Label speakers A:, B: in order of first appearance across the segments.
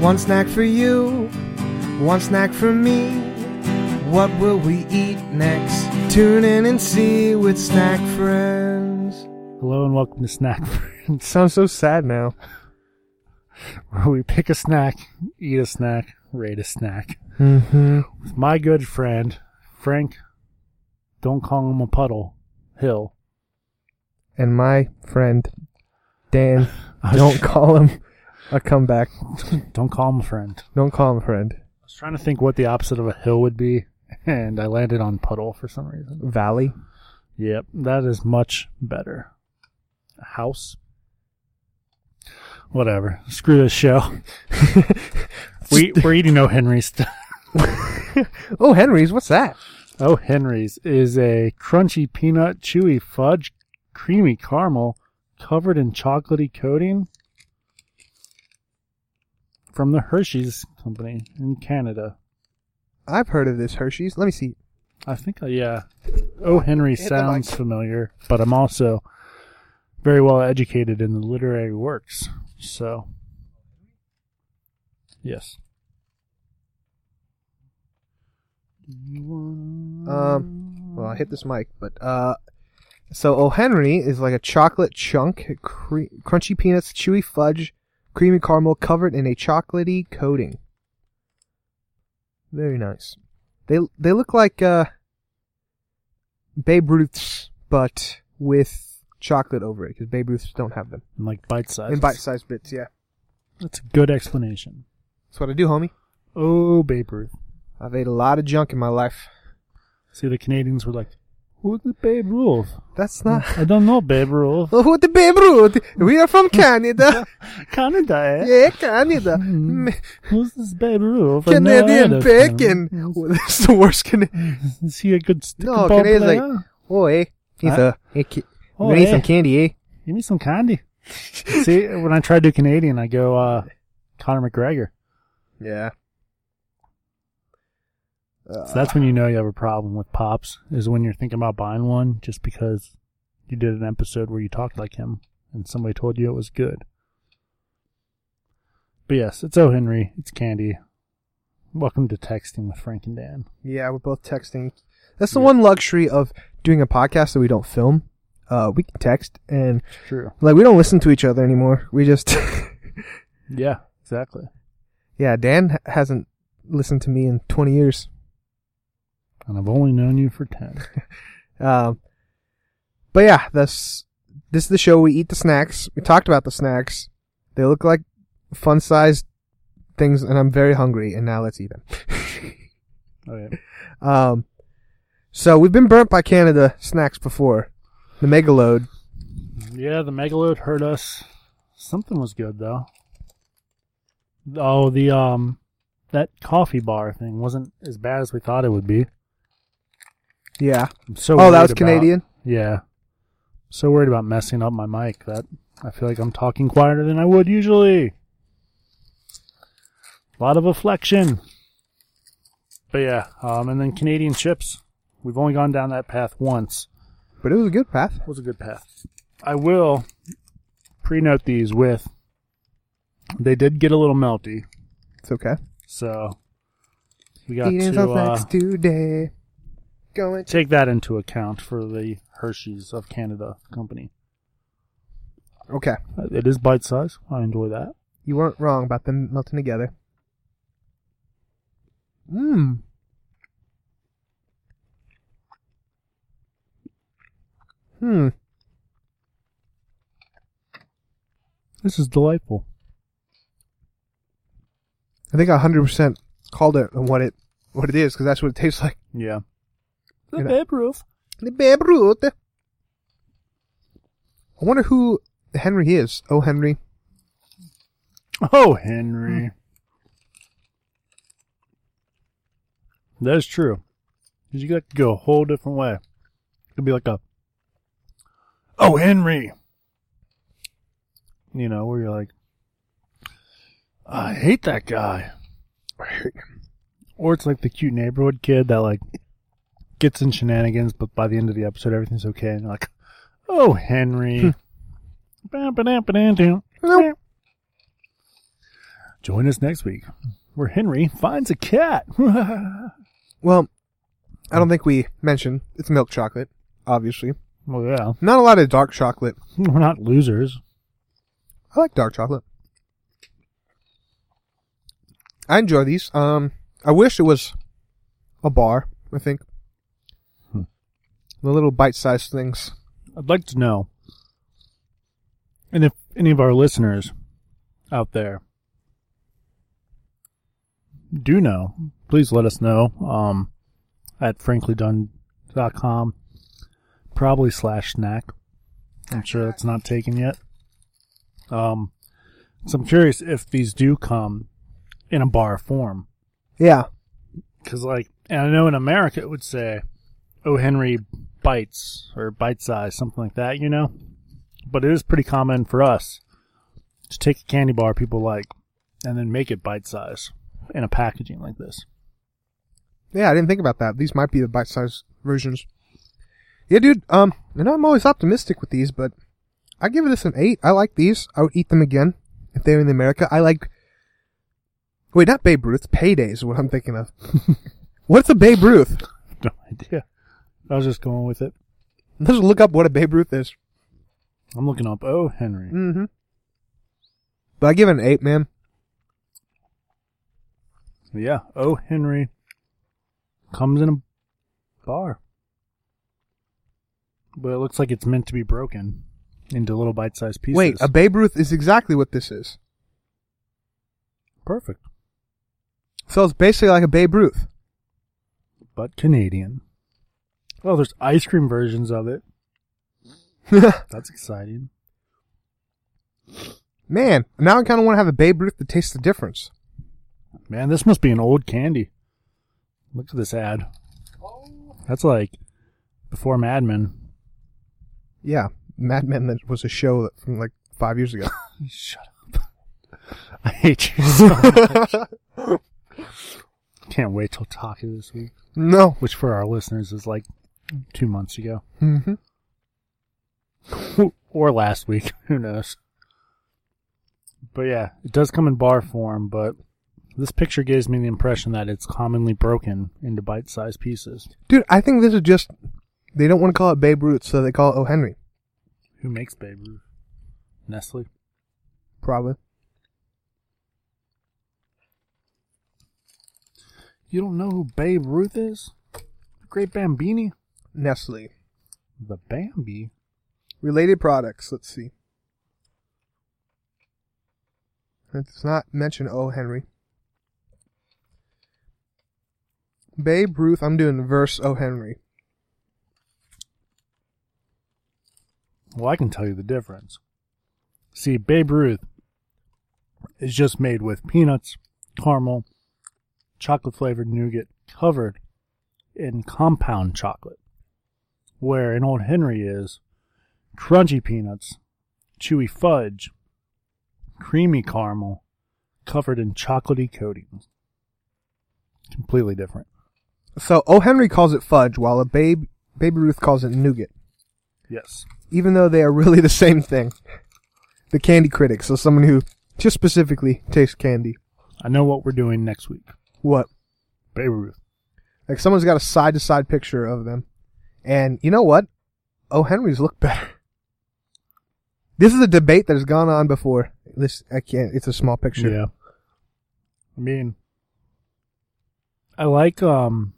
A: One snack for you, one snack for me. What will we eat next? Tune in and see with Snack Friends.
B: Hello and welcome to Snack Friends,
A: Sounds so sad now.
B: where we pick a snack, eat a snack, rate a snack.
A: Mm-hmm.
B: With my good friend, Frank, don't call him a puddle, Hill.
A: And my friend, Dan,
B: I was-
A: don't call him a comeback.
B: Don't call him a friend.
A: Don't call him a friend.
B: I was trying to think what the opposite of a hill would be, and I landed on puddle for some reason.
A: Valley.
B: Yep, that is much better. A house? Whatever. Screw this show. we, we're eating O. Henry's.
A: Oh, Henry's, what's that?
B: Oh, Henry's is a crunchy peanut, chewy fudge, creamy caramel, covered in chocolatey coating from the Hershey's company in Canada.
A: I've heard of this Hershey's. Let me see.
B: I think, uh, yeah. Oh, Henry
A: Hit the
B: sounds
A: mic.
B: familiar, but I'm also very well educated in the literary works. So, yes.
A: Um, well, I hit this mic, but uh, so O Henry is like a chocolate chunk, cre- crunchy peanuts, chewy fudge, creamy caramel, covered in a chocolatey coating. Very nice. They they look like uh, Babe Ruths, but with chocolate over it, because Babe Ruths don't have them
B: And like bite size.
A: in bite-sized bits. Yeah,
B: That's a good explanation.
A: that's what I do, homie.
B: Oh, Babe Ruth.
A: I've ate a lot of junk in my life.
B: See, the Canadians were like, who's the Babe Ruth?
A: That's not.
B: I don't know, Babe Ruth.
A: Oh, the Babe Ruth. We are from Canada.
B: Canada, eh?
A: yeah, Canada.
B: Hmm. Who's this Babe Ruth? I've never heard
A: Canadian
B: of
A: bacon.
B: him.
A: Well, that's the worst Canadian.
B: Is he a good
A: No,
B: stickball player?
A: Canadian's like, oh, eh. He's
B: Huh?
A: a, eh, ki-
B: Oh,
A: we need
B: eh.
A: some candy, eh?
B: Give me some candy. See, when I try to do Canadian, I go uh, Conor McGregor.
A: Yeah. Uh,
B: So that's when you know you have a problem with pops, is when you're thinking about buying one just because you did an episode where you talked like him and somebody told you it was good. But yes, it's O. Henry. It's candy. Welcome to Texting with Frank and Dan.
A: Yeah, we're both texting. That's the one luxury of doing a podcast that we don't film. Uh, we can text and,
B: It's true.
A: like, we don't listen to each other anymore. We just,
B: Yeah, exactly.
A: yeah, Dan ha- hasn't listened to me in 20 years.
B: And I've only known you for 10.
A: Um, but yeah, this this is the show. We eat the snacks. We talked about the snacks. They look like fun sized things, and I'm very hungry. And now let's eat them.
B: Okay.
A: Um, so we've been burnt by Canada snacks before. The megaload.
B: Yeah, the megalode hurt us. Something was good though. Oh, the um, that coffee bar thing wasn't as bad as we thought it would be.
A: Yeah.
B: I'm so
A: oh, that
B: worried
A: was
B: about-
A: Canadian.
B: Yeah, so worried about messing up my mic that I feel like I'm talking quieter than I would usually. A lot of afflection. But yeah, um, and then Canadian chips. We've only gone down that path once.
A: But it was a good path.
B: was a good path. I will pre-note these with. They did get a little melty,
A: It's okay. so
B: so we got
A: Eating
B: to
A: some
B: uh,
A: snacks today. Going.
B: take that into account for the Hershey's of Canada company.
A: Okay.
B: Uh, It is bite size. I enjoy that.
A: You weren't wrong about them melting together. Mmm. Hmm.
B: This is delightful.
A: I think I 100% called it on what it what it is because that's what it tastes like.
B: Yeah. The
A: You know-
B: Babe Ruth.
A: The Babe Ruth. I wonder who Henry is. Oh, Henry.
B: Oh, Henry. That is true. Because you got to go a whole different way. It could be like a, oh, Henry. You know, where you're like, I hate that guy. Or it's like the cute neighborhood kid that like gets in shenanigans, but by the end of the episode, everything's okay. And you're like, oh, Henry. Ba-ba-da-ba-da-dum. Join us next week where Henry finds a cat. well,
A: Well, I don't think we mentioned it's milk chocolate, obviously.
B: yeah.
A: Not a lot of dark chocolate.
B: We're not losers.
A: I like dark chocolate. I enjoy these. Um, I wish it was a bar. I think
B: Hmm.
A: the little bite-sized things.
B: I'd like to know. And if any of our listeners out there do know, please let us know um, at franklydone.com, probably slash snack. I'm sure that's not taken yet. Um, so I'm curious if these do come in a bar form.
A: Yeah,
B: Because, like, and I know in America it would say, "Oh, Henry bites" or "bite size," something like that, you know. But it is pretty common for us to take a candy bar people like, and then make it bite size in a packaging like this.
A: yeah. I didn't think about that. These might be the bite-sized versions. Yeah, dude. Um, and I'm always optimistic with these, but I give this an eight. I like these. I would eat them again if they were in America. I like. Wait, not Babe Ruth. Paydays is what I'm thinking of. What's a Babe Ruth?
B: No idea. I was just going with it.
A: Let's look up what a Babe Ruth is.
B: I'm looking up. Oh, Henry.
A: Mm-hmm. But I give it an eight, man.
B: Yeah. Oh, Henry comes in a bar, but it looks like it's meant to be broken into little bite-sized pieces.
A: Wait, a Babe Ruth is exactly what this is.
B: perfect.
A: So it's basically like a Babe Ruth.
B: but Canadian. Well, there's ice cream versions of it. That's exciting.
A: man, now I kind of want to have a Babe Ruth that tastes the difference.
B: Man, this must be an old candy. Look at this ad. That's like before Mad Men.
A: Yeah, Mad Men that was a show that from like five years ago.
B: Shut up. I hate you so much. Can't wait till Taco this week,
A: no.
B: which for our listeners is like two months ago.
A: Mm-hmm.
B: or last week. Who knows? But yeah, it does come in bar form, but this picture gives me the impression that it's commonly broken into bite sized pieces.
A: Dude, I think this is just, they don't want to call it Babe Ruth, so they call it O. Henry.
B: Who makes Babe Ruth? Nestle?
A: Probably.
B: You don't know who Babe Ruth is? The great Bambini?
A: Nestle.
B: The Bambi?
A: Related products, let's see. It does not mention O. Henry. Babe Ruth, I'm doing verse O. Henry.
B: Well, I can tell you the difference. See, Babe Ruth is just made with peanuts, caramel, chocolate flavored nougat covered in compound chocolate, where an old Henry is crunchy peanuts, chewy fudge, creamy caramel, covered in chocolatey coatings. Completely different.
A: So O. Henry calls it fudge, while a babe Baby Ruth calls it nougat,
B: Yes.
A: even though they are really the same thing. The candy critic, so someone who just specifically tastes candy.
B: I know what we're doing next week.
A: What?
B: Babe Ruth.
A: Like someone's got a side to side picture of them. And you know what? O. Henry's look better. This is a debate that has gone on before. This I can't it's a small picture.
B: Yeah. I mean, I like um.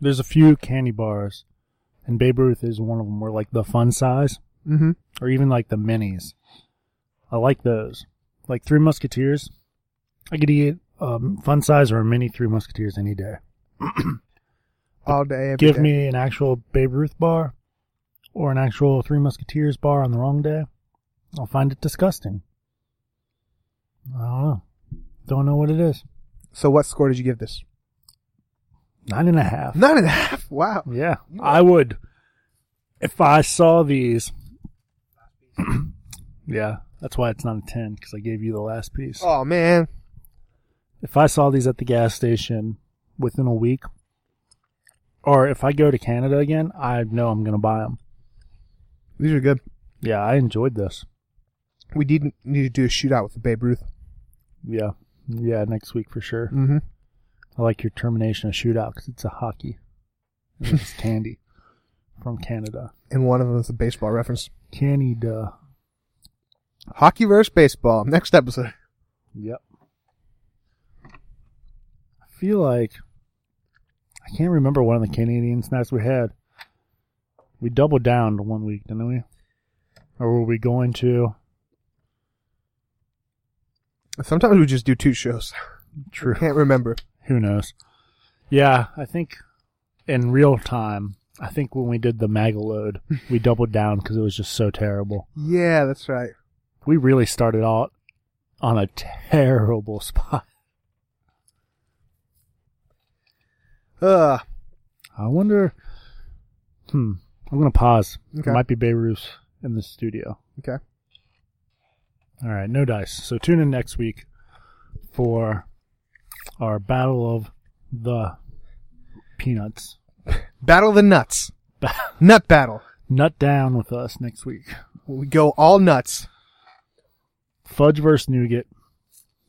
B: There's a few candy bars, and Babe Ruth is one of them. Where like the fun size,
A: Mm-hmm.
B: or even like the minis. I like those. Like Three Musketeers, I could eat um, fun size or a mini Three Musketeers any day.
A: All day every
B: Give
A: day.
B: me an actual Babe Ruth bar, or an actual Three Musketeers bar on the wrong day. I'll find it disgusting. I don't know. Don't know what it is.
A: So what score did you give this?
B: Nine and a half.
A: Nine and a half. Wow.
B: Yeah, I would. If I saw these, yeah, that's why it's not a ten because I gave you the last piece.
A: Oh man.
B: If I saw these at the gas station within a week, or if I go to Canada again, I know I'm gonna buy them.
A: These are good.
B: Yeah, I enjoyed this.
A: We did need to do a shootout with Babe Ruth.
B: Yeah. Yeah, next week for sure.
A: Mm-hmm.
B: I like your termination of shootout because it's a hockey. And It's candy from Canada.
A: And one of them is a baseball reference.
B: Canada.
A: Hockey versus baseball. Next episode.
B: Yep. I feel like I can't remember one of the Canadian snacks we had. We doubled down to one week, didn't we? Or were we going to?
A: Sometimes we just do two shows.
B: True.
A: Can't remember.
B: Who knows? Yeah, I think in real time, I think when we did the Magalode, we doubled down because it was just so terrible.
A: Yeah, that's right.
B: We really started out on a terrible spot.
A: Ugh.
B: I wonder. Hmm. I'm gonna pause.
A: Okay.
B: It might be Beirut in the studio.
A: Okay.
B: All right, no dice. So tune in next week for our battle of the peanuts.
A: Battle of the nuts. Nut battle.
B: Nut down with us next week.
A: We go all nuts.
B: Fudge versus nougat.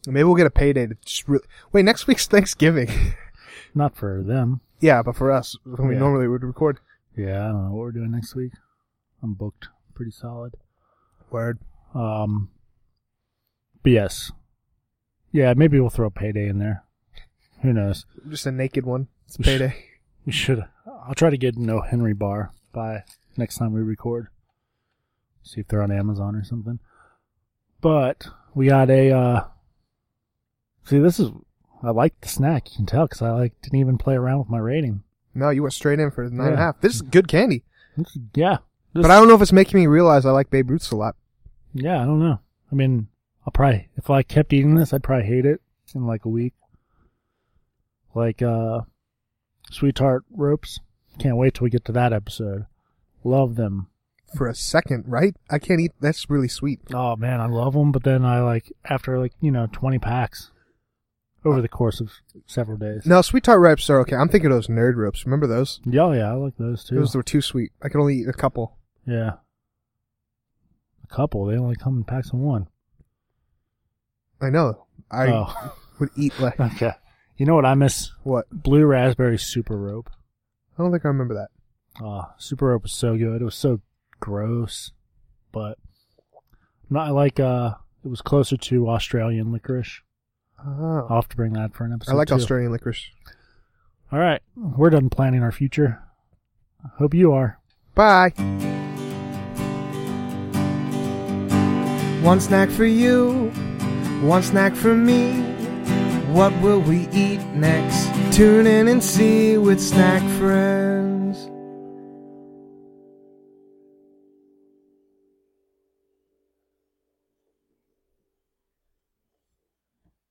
A: Maybe we'll get a payday to just re- wait. Next week's Thanksgiving.
B: Not for them.
A: yeah, but for us, when we
B: Yeah.
A: normally would record.
B: Yeah, I don't know what we're doing next week. I'm booked pretty solid.
A: Word.
B: Um, but yes. Yeah, maybe we'll throw payday in there. Who knows?
A: Just a naked one. It's
B: We should-
A: payday.
B: We should. I'll try to get no Henry bar by next time we record. See if they're on Amazon or something. But we got a. Uh, see, this is. I like the snack. You can tell because I like didn't even play around with my rating.
A: No, you went straight in for nine and a half.
B: Yeah.
A: This is good candy.
B: This- yeah. This,
A: But I don't know if it's making me realize I like Babe Ruth's a lot.
B: yeah, I don't know. I mean, I'll probably if I kept eating this, I'd probably hate it in like a week. Like uh, sweet tart ropes. Can't wait till we get to that episode. Love them.
A: For a second, right? I can't eat. That's really sweet.
B: Oh man, I love them, but then I like after like you know twenty packs over the course of several days.
A: No, sweet tart ropes are okay. I'm thinking of those nerd ropes. Remember those?
B: Yeah, yeah, I like those too.
A: Those were too sweet. I could only eat a couple.
B: yeah, a couple. They only come in packs of one.
A: I know. I
B: oh,
A: would eat like
B: okay. You know what I miss?
A: what?
B: Blue raspberry super rope.
A: I don't think I remember that.
B: Oh, super rope was so good. It was so gross, but not like uh, it was closer to Australian licorice.
A: Oh.
B: I'll have to bring that for an episode.
A: I like
B: too.
A: Australian licorice.
B: All right, we're done planning our future. Hope you are.
A: Bye. One snack for you, one snack for me. What will we eat next? Tune in and see with Snack Friends.